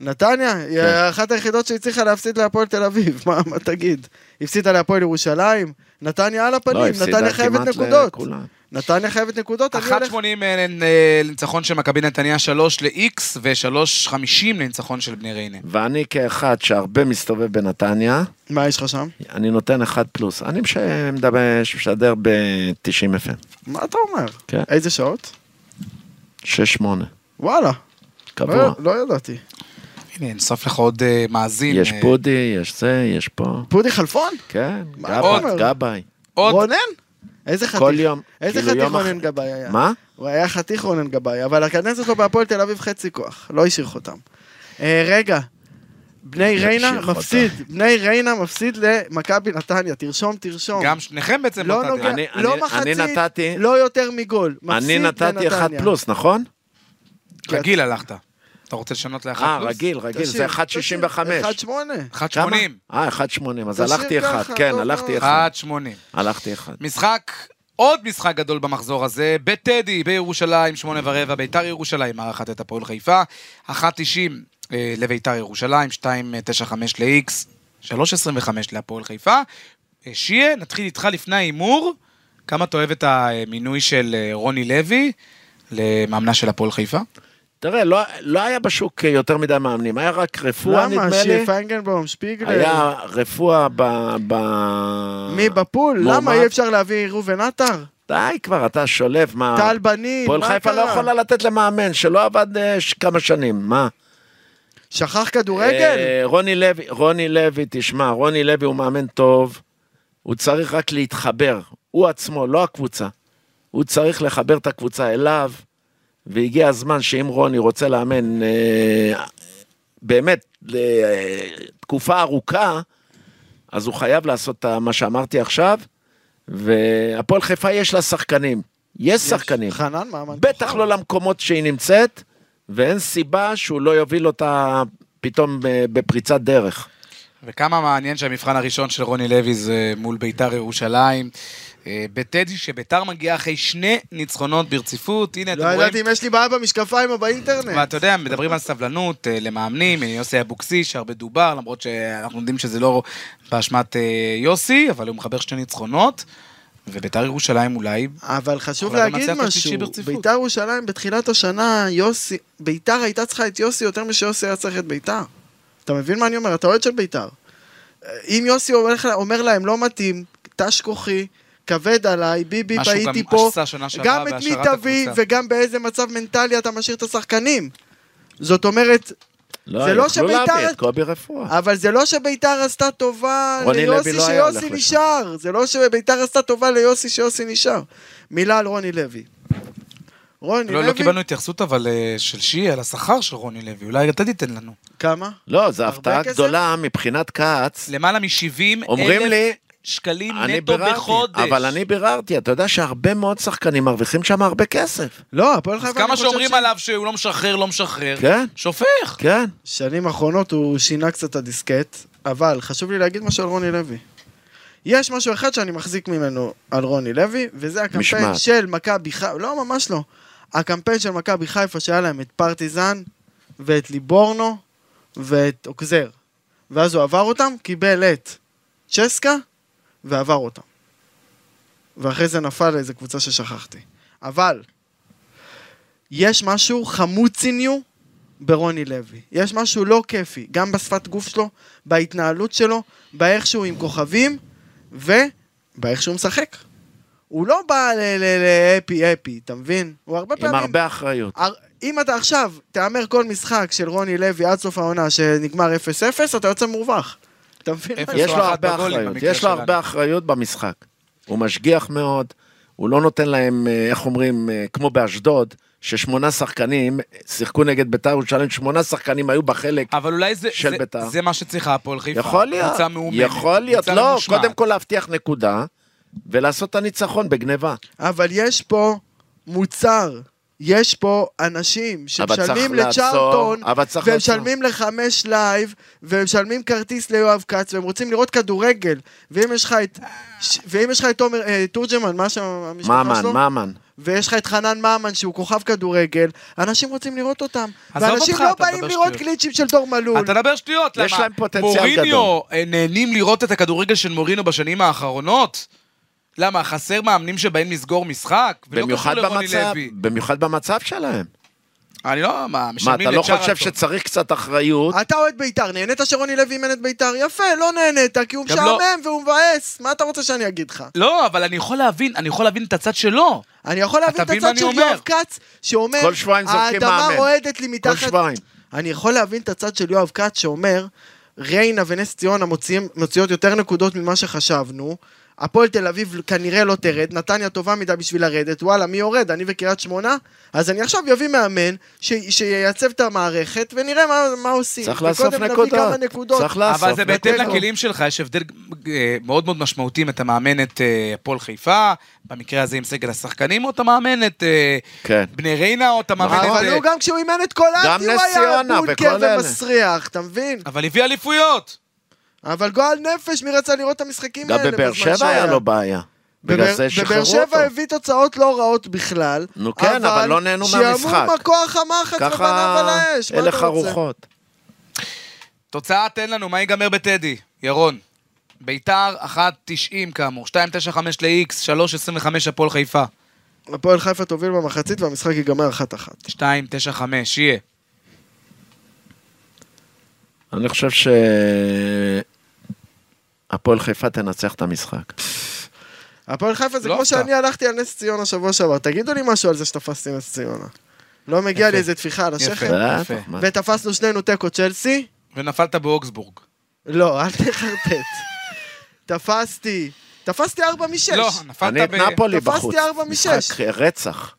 נתניה, היא כן. אחת היחידות שהצליחה להפסיד להפועל תל אביב, מה, מה תגיד? הפסידה להפועל ירושלים, נתניה על לא, הפנים, הפסידה נתניה חייבת כמעט נקודות. לכולם. נתניה חייבת נקודות, אני 1.80 הולך... אה, אה, לניצחון של מכבי נתניה, 3 ל-X ו-3.50 לניצחון של בני ריינה. ואני כאחד שהרבה מסתובב בנתניה, מה יש לך שם? אני נותן אחד פלוס. אני מש- מדבר- משדר ב-90 FM, מה אתה אומר? כן. איזה שעות? 6-8, וואלה, קבוע. לא, לא ידעתי. הנה, נוסף לך עוד אה, מאזין. יש אה, פודי, יש זה, יש פה. פודי חלפון? כן, מה גבאי, עוד? גבאי. עוד רונן? איזה חתיך. כל יום. איזה כאילו חתיך יום אח- רונן גבאי היה. מה? הוא היה חתיך רונן גבאי, אבל הכנסת לו בהפועל תל אביב חצי כוח, לא השאיר חותם. אה, רגע, בני לא ריינה השאיר חותם. מפסיד, בני ריינה מפסיד למכבי נתניה, תרשום, תרשום. גם שניכם בעצם לא לא נוגע, נתתם. אני- לא אני- מחצית, אני נתתי- לא יותר מגול, מפסיד אני נתתי אחד לנתניה. פלוס, נכון? רגיל הלכת. אתה רוצה לשנות לאחד אה, פלוס? רגיל, רגיל, תשאיר, זה תשאיר, 1.65. 1.8 כמה? 1.80. אה, 1.80, אז תשאיר הלכתי אחד, ככה, כן, טוב הלכתי מאוד. אחד. 1.80. הלכתי אחד. משחק, עוד משחק גדול במחזור הזה, בטדי, בירושלים, שמונה ורבע, ביתר ירושלים, מארחת את הפועל חיפה, 1.90 אה, לביתר ירושלים, 2.95 ל-X, 3.25 להפועל חיפה. אה, שיה, נתחיל איתך לפני ההימור, כמה אתה אוהב את המינוי של אה, רוני לוי למאמנה של הפועל חיפה? תראה, לא- לא היה בשוק יותר מדי מאמנים, היה רק רפואה, למה? נדמה לי. שפיינגנבאום, שפיגלר, היה רפואה ב... ב... מי בפול? מועמד. למה אי אפשר להביא ראובן עטר? די כבר, אתה שולף, מה... טל בנין, הפועל מה אה, חיפה לא קרה? יכולה לתת למאמן שלא עבד אה, ש- כמה שנים, מה? שכח כדורגל? אה, רוני לוי, רוני לוי, תשמע, רוני לוי הוא מאמן טוב, הוא צריך רק להתחבר, הוא עצמו, לא הקבוצה. הוא צריך לחבר את הקבוצה אליו, והגיע הזמן שאם רוני רוצה לאמן אה, באמת לתקופה ארוכה, אז הוא חייב לעשות את מה שאמרתי עכשיו, והפועל חיפה יש לה שחקנים, יש שחקנים. חנן ממן. בטח לא למקומות שהיא נמצאת, ואין סיבה שהוא לא יוביל אותה פתאום אה, בפריצת דרך. וכמה מעניין שהמבחן הראשון של רוני לוי זה מול ביתר ירושלים. אה, בטדי שביתר מגיעה אחרי שני ניצחונות ברציפות, הנה אתם לא רואים, ידעתי אם יש לי בעיה במשקפיים או באינטרנט. ואתה יודע, מדברים על סבלנות אה, למאמנים, אה, יוסי אבוקסיס, שהרבה דובר, למרות שאנחנו יודעים שזה לא באשמת אה, יוסי, אבל הוא מחבר שני ניצחונות, וביתר ירושלים אולי, אבל חשוב אבל גם להגיד ניצח את שישי משהו, ברציפות. ביתר ירושלים בתחילת השנה, יוסי, ביתר הייתה צריכה את יוסי יותר משיוסי היה צריך את ביתר. אתה מבין מה אני אומר? אתה אוהד של ביתר. אם יוסי הולך- אומר להם לא מתאים, תש כוחי, כבד עליי, ביבי מה שהוא הייתי גם פה, עשה שנה שעברה גם את מי בהשארת תביא הקבוצה. וגם באיזה מצב מנטלי אתה משאיר את השחקנים. זאת אומרת, זה לא יכלו שביתר- להביא את קובי רפואה. אבל זה לא שביתר עשתה טובה רוני לוי ליוסי לא היה שיוסי הולך נשאר. זה לא שביתר עשתה טובה ליוסי שיוסי נשאר. מילה על רוני לוי. רוני לא, לוי, לא קיבלנו התייחסות אבל אה, של שיעי על השכר של רוני לוי, אולי אתה תיתן לנו. כמה? לא, זו הרבה הפתעה כסף? גדולה מבחינת כץ. למעלה מ-70 אומרים לי, אלף שקלים אני נטו בחודש. ביררתי, אבל אני ביררתי, אתה יודע שהרבה מאוד שחקנים מרוויחים שם הרבה כסף. לא, הפועל חיפה, אז אני כמה חושב שאומרים ש- עליו שהוא לא משחרר, לא משחרר, כן. שופך. כן, שנים האחרונות הוא שינה קצת את הדיסקט, אבל חשוב לי להגיד משהו על רוני לוי. יש משהו אחד שאני מחזיק ממנו על רוני לוי, וזה הקמפיין משמעת. של מכבי חיפה, לא, ממש לא. הקמפיין של מכבי חיפה שהיה להם את פרטיזן ואת ליבורנו ואת אוקזר. ואז הוא עבר אותם, קיבל את צ'סקה ועבר אותם. ואחרי זה נפל לאיזו קבוצה ששכחתי. אבל יש משהו חמוציניו ברוני לוי. יש משהו לא כיפי, גם בשפת גוף שלו, בהתנהלות שלו, באיך שהוא עם כוכבים, ובאיך שהוא משחק. הוא לא בא להפי הפי, אתה מבין? הוא הרבה עם פעמים... הרבה אחריות. הר- אם אתה עכשיו תהמר כל משחק של רוני לוי עד סוף העונה שנגמר 0-0, אתה יוצא מרווח. אתה מבין? אפס. יש- יש אחת לו הרבה בגולים אחריות, במקרה יש לו שלנו. הרבה אחריות במשחק. הוא משגיח מאוד, הוא לא נותן להם, אה, איך אומרים, אה, כמו באשדוד, ששמונה שחקנים אה, שיחקו נגד בית"ר ירושלים, שמונה שחקנים היו בחלק. אבל אולי זה, של זה, בית"ר. זה מה שצריכה הפועל חיפה. יכול להיות, קבוצה מאומנת. יכול להיות, קבוצה לא, ממושמעת. קודם כל להבטיח נקודה ולעשות את הניצחון בגניבה. אבל יש פה מוצר. יש פה אנשים אבל צריך שמשלמים לעצור, לצ'ארלטון, אבל צריך ומשלמים לחמש לייב, ומשלמים כרטיס ליואב כץ, והם רוצים לראות כדורגל. ואם יש לך את... ש- ואם יש לך את תומר... אה, תורג'מן, מה שם המשפחה ממן, שלו? ממן. ויש לך את חנן ממן שהוא כוכב כדורגל, אנשים רוצים לראות אותם. עזוב ואנשים אותך, לא אתה באים מדבר לראות שטויות. גליצ'ים של דור מלול. אתה מדבר שטויות, למה? יש להם פוטנציאל מוריניו, אה, נהנים לראות את הכדורגל של מורינו בשנים האחרונות? למה, חסר מאמנים שבאים לסגור משחק? ולא במיוחד קשור לרוני במצב, לוי. במיוחד במצב שלהם. אני לא, מה, מה, משלמים אתה לא חושב לצ'רלטון. שצריך קצת אחריות? אתה אוהד בית"ר, נהנית שרוני לוי אימן את בית"ר? יפה, לא נהנית, כי הוא גם משעמם והוא מבאס. מה אתה רוצה שאני אגיד לך? לא, אבל אני יכול להבין, אני יכול להבין את הצד שלו. אני יכול להבין את אתה מבין מה הצד אני של אומר? יואב כץ, שאומר, כל שבועיים זורקים האדמה מאמן." רועדת לי כל מתחת... שבועיים. אני יכול להבין את הצד של יואב כץ, שאומר, ריינה ונס ציונה מוציאים- מוציאות יותר נקודות ממה שחשבנו, הפועל תל אביב כנראה לא תרד, נתניה טובה מדי בשביל לרדת, וואלה, מי יורד? אני וקריית שמונה? אז אני עכשיו אביא מאמן, ש... שייצב את המערכת, ונראה מה, מה עושים. צריך לאסוף וקודם נקודות. נביא כמה נקודות. צריך לאסוף אבל זה בהתאם נקודות. לכלים שלך, יש הבדל אה, מאוד מאוד משמעותי אם אתה מאמן את אה, הפועל חיפה, במקרה הזה עם סגל השחקנים, או אתה מאמן את אה, כן. נכון. בני ריינה, או אתה מאמן את... אבל אה, הוא גם כשהוא אימן את קולאטי, גם הוא נס היה ציונה בונקר וכל אלה. ומסריח, אתה מבין? אבל הביא אליפויות. אבל גועל נפש, מי רצה לראות את המשחקים גם האלה? בבאר בזמן שבע היה כן, שהיה? לו בעיה. בגלל בבאר- זה שחררו בבאר שבע אותו. הביא תוצאות לא רעות בכלל. נו כן, אבל לא נהנו מהמשחק. שיאמרו מכוח המחץ ובניו על ככה האש, מה אתה הלך רוצה? הרוחות. תוצאה תן לנו, מה ייגמר בטדי? ירון. ביתר 1.90 כאמור, 2.95 ל-X, 3.25 הפועל חיפה. הפועל חיפה תוביל במחצית והמשחק ייגמר אחת אחת. 2.95, יהיה. אני חושב ש... הפועל חיפה תנצח את המשחק. כן. הפועל חיפה זה לא כמו הפתעה. שאני הלכתי על נס ציונה שבוע שעבר, תגידו לי משהו על זה שתפסתי נס ציונה. לא מגיע יפה. לי איזה טפיחה על השכם, יפה. אה, יפה. טוב, מה? ותפסנו שנינו תיקו צ'לסי? ונפלת באוגסבורג. לא, אל תחרטט. תפסתי, תפסתי ארבע משש. לא, נפלת אני את ב... נפולי תפסתי בחוץ. ארבע משש. משחק רצח.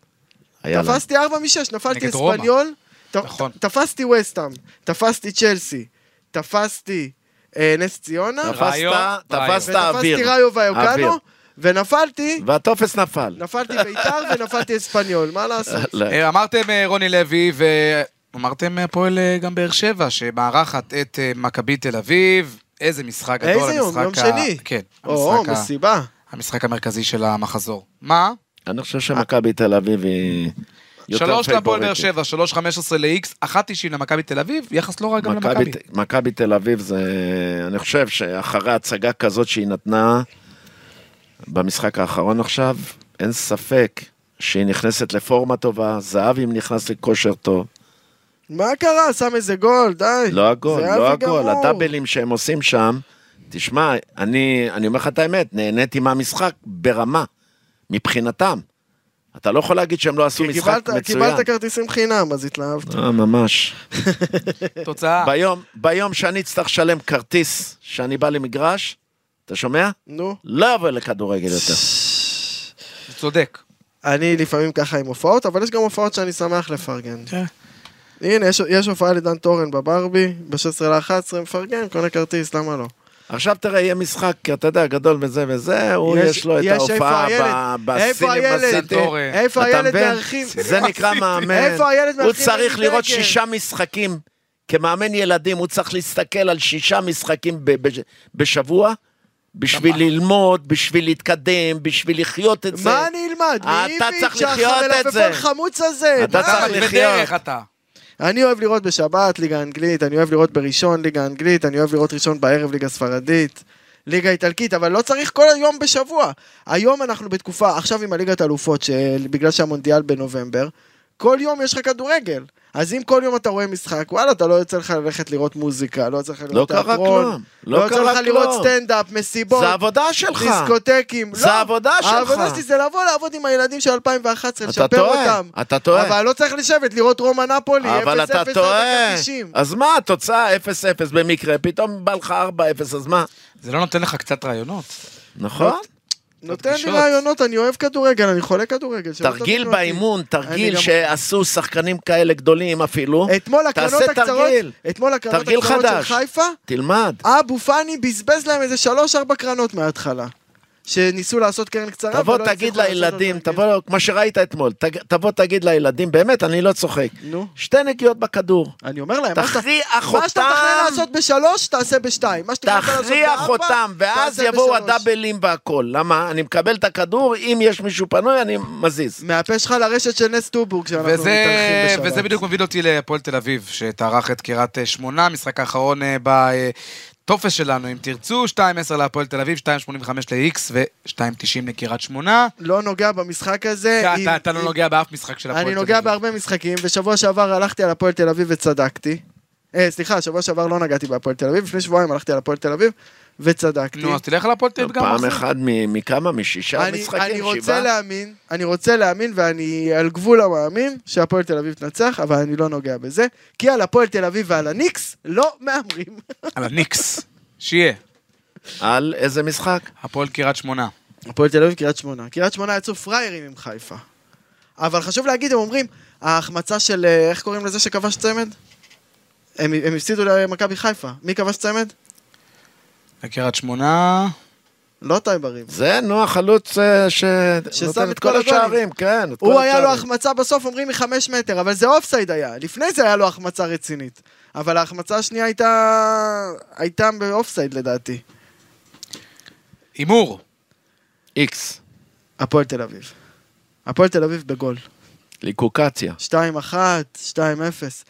היה לנו. תפסתי 4 מ-6, נפלתי נגד רומא. אספניול, ת- נכון. ת- תפסתי וסטאם, תפסתי צ'לסי, תפסתי אה, נס ציונה, נכון. ראיו, תפסת, ראיו. תפסת אוויר. ותפסתי ראיו אוויר. ויוקנו, ונפלתי, והטופס נפל. נפלתי בית"ר ונפלתי אספניול, מה לעשות? לא. אה, אמרתם אה, רוני לוי, ואמרתם אה, הפועל אה, גם באר שבע, שמארחת את אה, מכבי תל אביב. איזה משחק גדול. איזה יום? המשחק יום ה- שני. כן, או, המשחק ה- מסיבה. המשחק המרכזי של המחזור. מה? אני חושב שמכבי תל אביב היא יותר שלוש להפועל באר פייבוריטית. שבע, שלוש חמש עשרה ל-X, אחת תשעים למכבי תל אביב, יחס לא רע גם מכבי- למכבי. מכבי תל אביב זה, אני חושב שאחרי הצגה כזאת שהיא נתנה במשחק האחרון עכשיו, אין ספק שהיא נכנסת לפורמה טובה, זהבי נכנס לכושר טוב. מה קרה? שם איזה גול, די. לא הגול, זהבי לא הגול, גמור. הדאבלים שהם עושים שם, תשמע, אני, אני אומר לך את האמת, נהניתי מהמשחק ברמה, מבחינתם. אתה לא יכול להגיד שהם לא עשו כי משחק קיבלת- מצוין. קיבלת כרטיסים חינם, אז התלהבת. אה, ממש. אה. תוצאה. ביום, ביום שאני אצטרך לשלם כרטיס שאני בא למגרש, אתה שומע? נו. לא אבוא לכדורגל יותר. אתה צודק. אני לפעמים ככה עם הופעות, אבל יש גם הופעות שאני שמח לפרגן. כן. הנה, יש, יש הופעה לדן תורן בברבי, ב-16 ל-11, מפרגן, קונה כרטיס, למה לא? עכשיו תראה, יהיה משחק, כי אתה יודע, גדול וזה וזה, הוא יש- יש לו את יש, איפה ההופעה הילד? ב- איפה בסינים הילד? בסיטי. דן תורן. איפה אתה הילד מבין? מארחים? זה נקרא מאמן. איפה הילד הוא מארחים צריך עם לראות דגל? שישה משחקים. כמאמן ילדים, הוא צריך להסתכל על שישה משחקים ב- ב- בשבוע, בשביל ללמוד, בשביל להתקדם, בשביל לחיות את זה. מה אני אלמד? אתה מאיביץ', צריך לחיות את שהחבל זה. חמוץ הזה. אתה מה? צריך אתה בדרך אתה. אני אוהב לראות בשבת ליגה אנגלית, אני אוהב לראות בראשון ליגה אנגלית, אני אוהב לראות ראשון בערב ליגה ספרדית, ליגה איטלקית, אבל לא צריך כל היום בשבוע. היום אנחנו בתקופה, עכשיו עם הליגת האלופות, שבגלל שהמונדיאל בנובמבר, כל יום יש לך כדורגל. אז אם כל יום אתה רואה משחק, וואלה, אתה לא יוצא לך ללכת לראות מוזיקה, לא יוצא לך לא לראות קרה תיאטרון, כלום. לא לא יוצא לך קרה לראות כלום. סטנדאפ, מסיבות, זה עבודה שלך. דיסקוטקים. זה לא, העבודה העבודה שלך. שלי זה לבוא לעבוד עם הילדים של 2011, אתה לשפר טועה, אותם. אתה טועה. אבל לא צריך לשבת לראות רומא נפולי, 0-0 אבל אתה עד דקה טועה. 90. אז מה, התוצאה 0-0 במקרה, פתאום בא לך 4-0, אז מה? זה לא נותן לך קצת רעיונות. לא, נכון? נותן לי פגישות. רעיונות, אני אוהב כדורגל, אני חולה כדורגל. שלא תרגיל תבינו אותי. באימון, אני תרגיל גם- שעשו שחקנים כאלה גדולים אפילו. אתמול הקרנות תעשה הקצרות, אה, תרגיל. אתמול הקרנות תרגיל הקצרות של חדש. חיפה, תלמד. אבו פאני בזבז להם איזה 3-4 קרנות מההתחלה. שניסו לעשות קרן קצרה, תבוא ולא תגיד לא הצליחו לעשות אותה. לילדים, תבוא, כמו שראית אתמול, ת- תבוא תגיד לילדים, באמת, אני לא צוחק. נו. שתי נגיעות בכדור. אני אומר להם, מה שאתה- תכריח מה שאתה תכנן אותם, לעשות בשלוש, תעשה בשתיים. מה שתכנן לעשות תכריח בארבע, אותם, ואז תעשה יבואו בשלוש. הדאבלים והכל. למה? אני מקבל את הכדור, אם יש מישהו פנוי, אני מזיז. מהפה שלך לרשת של נס טובורג, שאנחנו וזה, מתארחים בשבת. וזה בדיוק מוביל אותי להפועל תל אביב, שטרח את קריית אה, שמונה, המשחק האחרון אה, בטופס שלנו, אם תרצו, 2.10 להפועל תל אביב, 2.85 ל-X ו-2.90 לקריית שמונה. לא נוגע במשחק הזה. אתה- אם- אתה- אתה לא אם- נוגע באף משחק של הפועל תל אני אביב. נוגע בהרבה משחקים, ושבוע שעבר הלכתי על הפועל תל אביב וצדקתי. אה, סליחה, שבוע שעבר לא נגעתי בהפועל תל אביב, לפני שבועיים הלכתי על הפועל תל אביב וצדקתי. נו, אז תלך על הפועל תל לא, אביב גם פעם מחר. אחד מ- מכמה? משישה אני, אני משחקים? רוצה שבעה? להאמין, אני רוצה להאמין ואני על גבול המאמין שהפועל תל אביב תנצח, אבל אני לא נוגע בזה, כי על הפועל תל אביב ועל הניקס לא מהמרים. על הניקס. שיהיה. על איזה משחק? הפועל קריית שמונה. הפועל תל אביב, קריית שמונה. קריית שמונה יצאו פראיירים עם חיפה. אבל חשוב להגיד, הם אומרים, ההחמצה של, אה, איך קוראים לזה שכבש צמד? הם, הם הפסידו למכבי חיפה. מי כבש צמד? לקריית שמונה. לא טייברים. זה, נו, החלוץ אה, שנותן ששם את כל השערים, כן. את כל הוא היה לו השערים. החמצה בסוף, אומרים מחמש מטר, אבל זה אופסייד היה. לפני זה היה לו החמצה רצינית. אבל ההחמצה השנייה הייתה... הייתה באופסייד לדעתי. הימור. איקס, הפועל תל אביב. הפועל תל אביב בגול. ליקוקציה. 2-1, 2-0.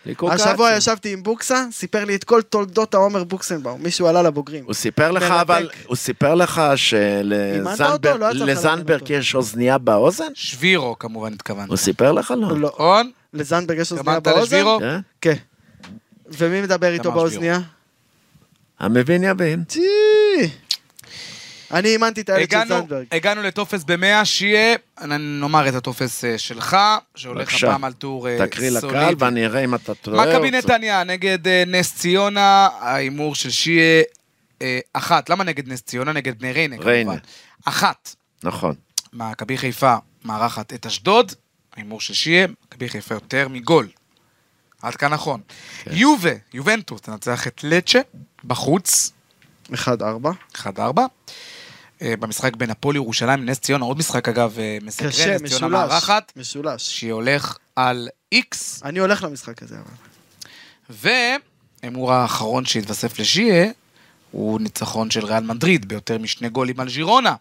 ליקוקציה. השבוע ישבתי עם בוקסה, סיפר לי את כל תולדות העומר בוקסנבאום, מישהו עלה לבוגרים. הוא סיפר לך, מרתק. אבל, הוא סיפר לך אימנת אותו? לא יצא לך לאמן שלזנדברג אותו. יש אוזנייה באוזן? שבירו כמובן התכוונת. הוא סיפר לך? לא. לא, נכון? לזנדברג יש אוזניה התכוונת באוזן? לשבירו? כן? כן. ומי מדבר איתו תמר באוזניה? המבין יבין. טי. אני אימנתי את הילד של הגענו, זנדברג. הגענו לטופס במאה, שיהיה, נ- נאמר את הטופס אה, שלך, שהולך בבקשה. הפעם על טור אה, תקריא לקהל סולידי. ואני אראה אם אתה טועה. או מכבי צודק. נתניה נגד אה, נס ציונה, ההימור של שיהיה אה, אחת. למה נגד נס ציונה? נגד בני ריינה, ריינה. כמובן. אחת. נכון. מכבי חיפה מארחת את אשדוד, ההימור של שיהיה, מכבי חיפה יותר מגול. עד כאן נכון. כן. יובה, יובנטוס, תנצח את לצ'ה, בחוץ, 1-4. 1-4. אה, במשחק בין הפועל ירושלים לנס ציונה, עוד משחק אגב אה, מסקרן, קשה, נס ציונה משולש. מארחת, משולש. שהיא הולך על איקס, אני הולך למשחק הזה, אבל. וההימור האחרון שהתווסף לשיעה, הוא ניצחון של ריאל מדריד, ביותר משני גולים על ז'ירונה,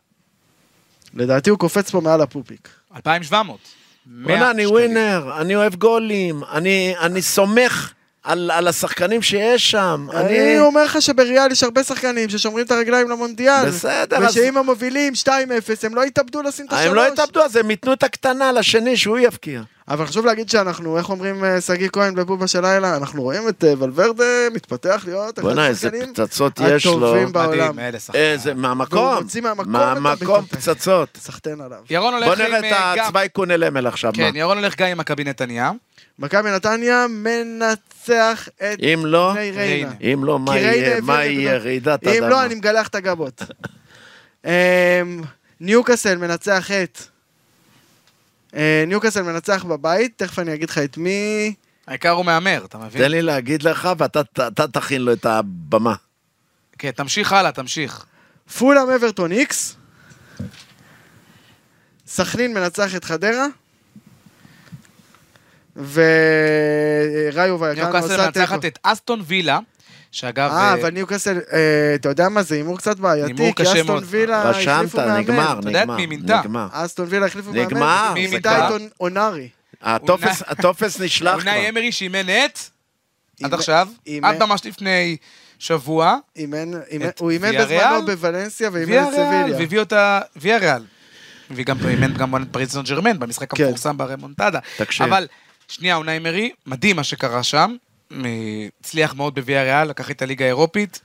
לדעתי הוא קופץ פה מעל הפופיק. 2,700. בוא'נה, 100 אני שקלים. ווינר, אני אוהב גולים, אני אני סומך על על השחקנים שיש שם. אני אומר לך שבריאל יש הרבה שחקנים ששומרים את הרגליים למונדיאל. בסדר, אז- ושאם הם מובילים 2-0, הם לא יתאבדו לשים את השלוש. הם לא יתאבדו, אז הם ייתנו את הקטנה לשני שהוא יבקיע. אבל חשוב להגיד שאנחנו, איך אומרים אה, שגיא כהן בבובה של לילה, אנחנו רואים את אה, ולוורדה מתפתח להיות אחד בוא'נה, איזה השחקנים פצצות יש לו. הטובים בעולם. מדהים, אלה שחקנים. איזה, אה, מהמקום. והוא מוציא מהמקום את מהמקום הבעיטות. פצצות. סחטיין עליו. ירון בוא הולך עם... נראה אה, את גם- הצווייקון אל אמל עכשיו, כן, מה? ירון הולך גם עם מכבי נתניה. מכבי נתניה מנצח את אם לא, בני ריינה. ריינה. אם לא, כי מה ריינה יהיה? הביאה מה נקודות. יהיה? רעידת אדמה. אם לא, אני מגלח את הגבות. אמ, ניוקאסל מנצח את... אה, ניוקאסל מנצח בבית, תכף אני אגיד לך את מי... העיקר הוא מהמר, אתה מבין? תן לי להגיד לך, ואתה ת- אתה תכין לו את הבמה. כן, תמשיך הלאה, תמשיך. פולאם אברטון איקס. סכנין מנצח את חדרה. וראיו ויקנו ניוקאסל עשה מנצחת תיקו. את אסטון וילה, שאגב, אה, אה, אבל ניוקאסל, אה, אתה יודע מה, זה הימור קצת בעייתי, הימור כי קשה אסטון מאוד. וילה רשמת, אה, החליפו אה, מאמן. נגמר, אתה יודעת נגמר, מי מינתה? נגמר. אסטון וילה החליפו מאמן. נגמר, מי אה. זה מינתה כבר. את אונ- אונארי. הטופס- הטופס נשלח כבר. אונאי אמרי שאימן את, עד אימ- עכשיו, אימ- עד ממש לפני שבוע, אימן- אימן- את הוא אימן ויאריאל? בזמנו בוולנסיה ואימן ויה את ריאל, סביליה. והביא אותה, ויה ריאל. והיא גם אימן כמובן את פריס סן ג'רמן במשחק כן. המפורסם ברמונטדה. תקשיב. אבל, שנייה, אונאי אמרי, מדהים מה שקרה שם, מ- הצליח מאוד בוויה ריאל, לקח את הליגה האירופית,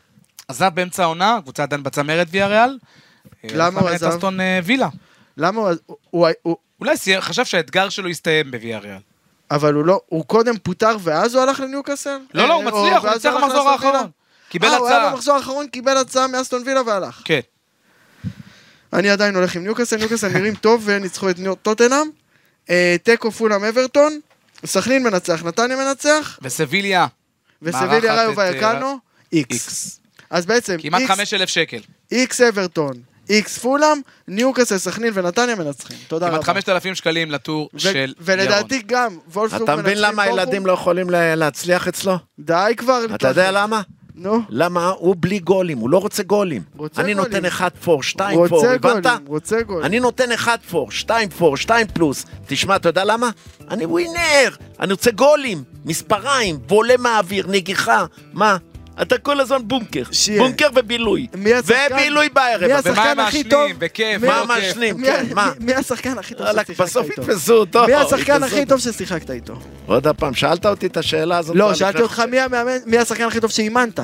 עזב באמצע העונה, הקבוצה עדיין בצמרת ויה ריאל. למה החלפנו הוא את עזב? אסטון אה, וילה. למה הוא- הוא... הוא- אולי סיים- חשב שהאתגר שלו יסתיים בוויה ריאל. אבל הוא לא, הוא קודם פוטר ואז הוא הלך לניוקאסל? לא, לא, הוא אה, או- מצליח, הוא ואז ניצח הלך במחזור לאסטון וילה? האחרון. קיבל אה, הוא היה הצעה. במחזור האחרון, קיבל הצעה מאסטון וילה והלך. כן. אני עדיין הולך עם ניוקאסל, ניוקאסל נראים טוב וניצחו את ניו- טוטנאם. אה, תיקו פולאם אברטון, סכנין מנצח, נתניה מנצח, וסביליה, וסביליה ראיו מארחת את, אה, ויקנו, איקס. איקס. אז בעצם, כמעט איקס- 5,000 שקל. איקס אברטון, איקס פולאם, ניוקאסל, סכנין ונתניה מנצחים. תודה רבה. כמעט 5,000 שקלים לטור ו- של ולדעתי גם, וולפסבורג אתה מבין למה בורחום? הילדים לא יכולים לה- להצליח אצלו? די כבר. אתה יודע למה? נו. למה? הוא בלי גולים, הוא לא רוצה גולים. רוצה אני גולים. נותן 1 פור, 2 פור, רוצה הבנת? גולים, רוצה גולים. אני נותן 1 פור, 2 פור, 2 פלוס. תשמע, אתה יודע למה? אני ווינר, אני רוצה גולים, מספריים, ועולה מהאוויר, נגיחה, מה? אתה כל הזמן בונקר, שיהיה. בונקר ובילוי. מי השחקן? ובילוי בערב. מי אבל השחקן ומה הכי מעשנים, טוב? וכיף, מי- לא מה כיף. מעשנים, מי- כן, מה? מי- מי השחקן הכי טוב וואלכ, ששיחקת איתו? בסוף יתפסו אותו. מי השחקן יתפסו הכי אותו. טוב ששיחקת איתו? עוד פעם, שאלת אותי את השאלה הזאת. לא, כבר שאלתי לפני אותך מי המאמן, מי השחקן הכי טוב שאימנת.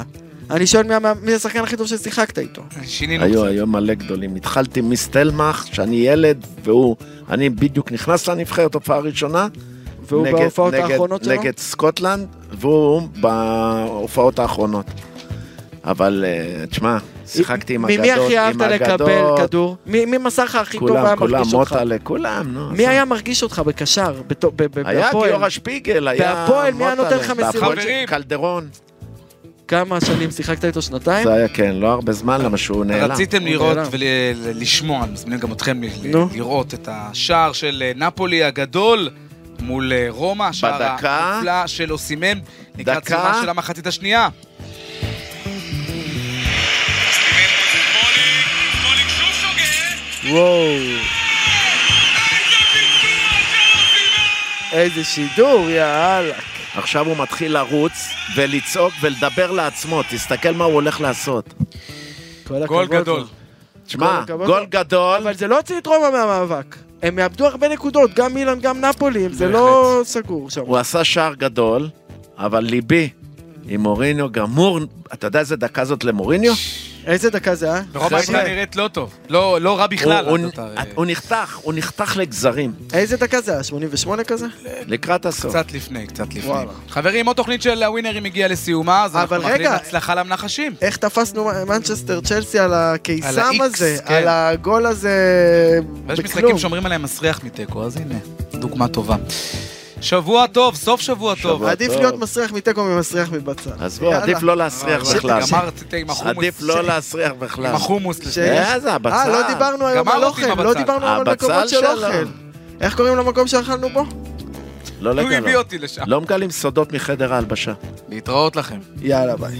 אני שואל מי המאמן- מי השחקן הכי טוב ששיחקת איתו. שינינו היו, קצת. היו מלא גדולים. התחלתי עם מסטלמך, שאני ילד, והוא, אני בדיוק נכנס לנבחרת, הופעה ראשונה. והוא נגד- בהופעות נגד- האחרונות שלו? נגד סקוטלנד, והוא בהופעות האחרונות. אבל, אה, תשמע, שיחקתי עם אגדות, ממי עם הכי אהבת לקבל אגדות, כדור? מי מי מסר לך הכי טוב כולם, היה כולם, מרגיש אותך? מוטלה, כולם, נו. מי עזוב. היה מרגיש אותך בקשר? בתו- ב- ב- היה בהפועל? גיורא שפיגל, היה... בהפועל, מי היה מוטלה, נותן לך מסירות? בהפועל של חברים. קלדרון. כמה שנים שיחקת איתו? שנתיים? זה היה, כן, לא הרבה זמן, למה שהוא נעלם. רציתם הוא לראות נעלם. ולשמוע, אני מזמין גם אתכם ל- ל- נו. לראות את השער של אה, נפולי הגדול מול אה, רומא, השער בדקה. המופלא של אוסימן, לקראת דקה. סיומה של המחצית השנייה. וואו. איזה שידור, יאללה. עכשיו הוא מתחיל לרוץ ולצעוק ולדבר לעצמו, תסתכל מה הוא הולך לעשות. כל גול הכבוד גדול. לו. תשמע, הכבוד. גול גדול, אבל זה לא הוציא את רומא מהמאבק. הם יאבדו הרבה נקודות, גם מילאן, גם נפולי, זה לא סגור שם. הוא עשה שער גדול, אבל ליבי עם מוריניו גמור, אתה יודע איזה דקה זאת למוריניו? איזה דקה זה היה? ורומא הייתה נראית לא טוב, לא לא רע בכלל. הוא- עד הוא- אותה, אה, הוא נחתך, הוא נחתך לגזרים, איזה דקה זה היה? 88 כזה? לקראת הסוף. אה, קצת לפני, קצת לפני. וואלה. חברים, עוד תוכנית של הווינרים הגיעה לסיומה, אז אנחנו אבל מאחלים רגע. הצלחה למנחשים. איך תפסנו מנצ'סטר צ'לסי על על הקיסם ה-X, הזה? כן. על הגול הזה ויש בכלום. משחקים שאומרים עליהם מסריח מתיקו, אז הנה, דוגמה טובה. שבוע טוב, סוף שבוע טוב. שבוע עדיף טוב. להיות מסריח מתיקו ממסריח מבצע. עזבו, עדיף לא להסריח אה, בכלל. גמרת עם החומוס. עדיף לא להסריח כן, עם בכלל. החומוס. ש- איזה, הבצל. אה, לא דיברנו היום על גמרנו עם אוכל, לא הבצל. דיברנו היום על הבצל מקומות של שלו. אוכל. איך קוראים למקום שאכלנו בו? לא הוא הביא לגלות. אותי לשם. לא מגלים סודות מחדר ההלבשה. להתראות לכם. יאללה, ביי.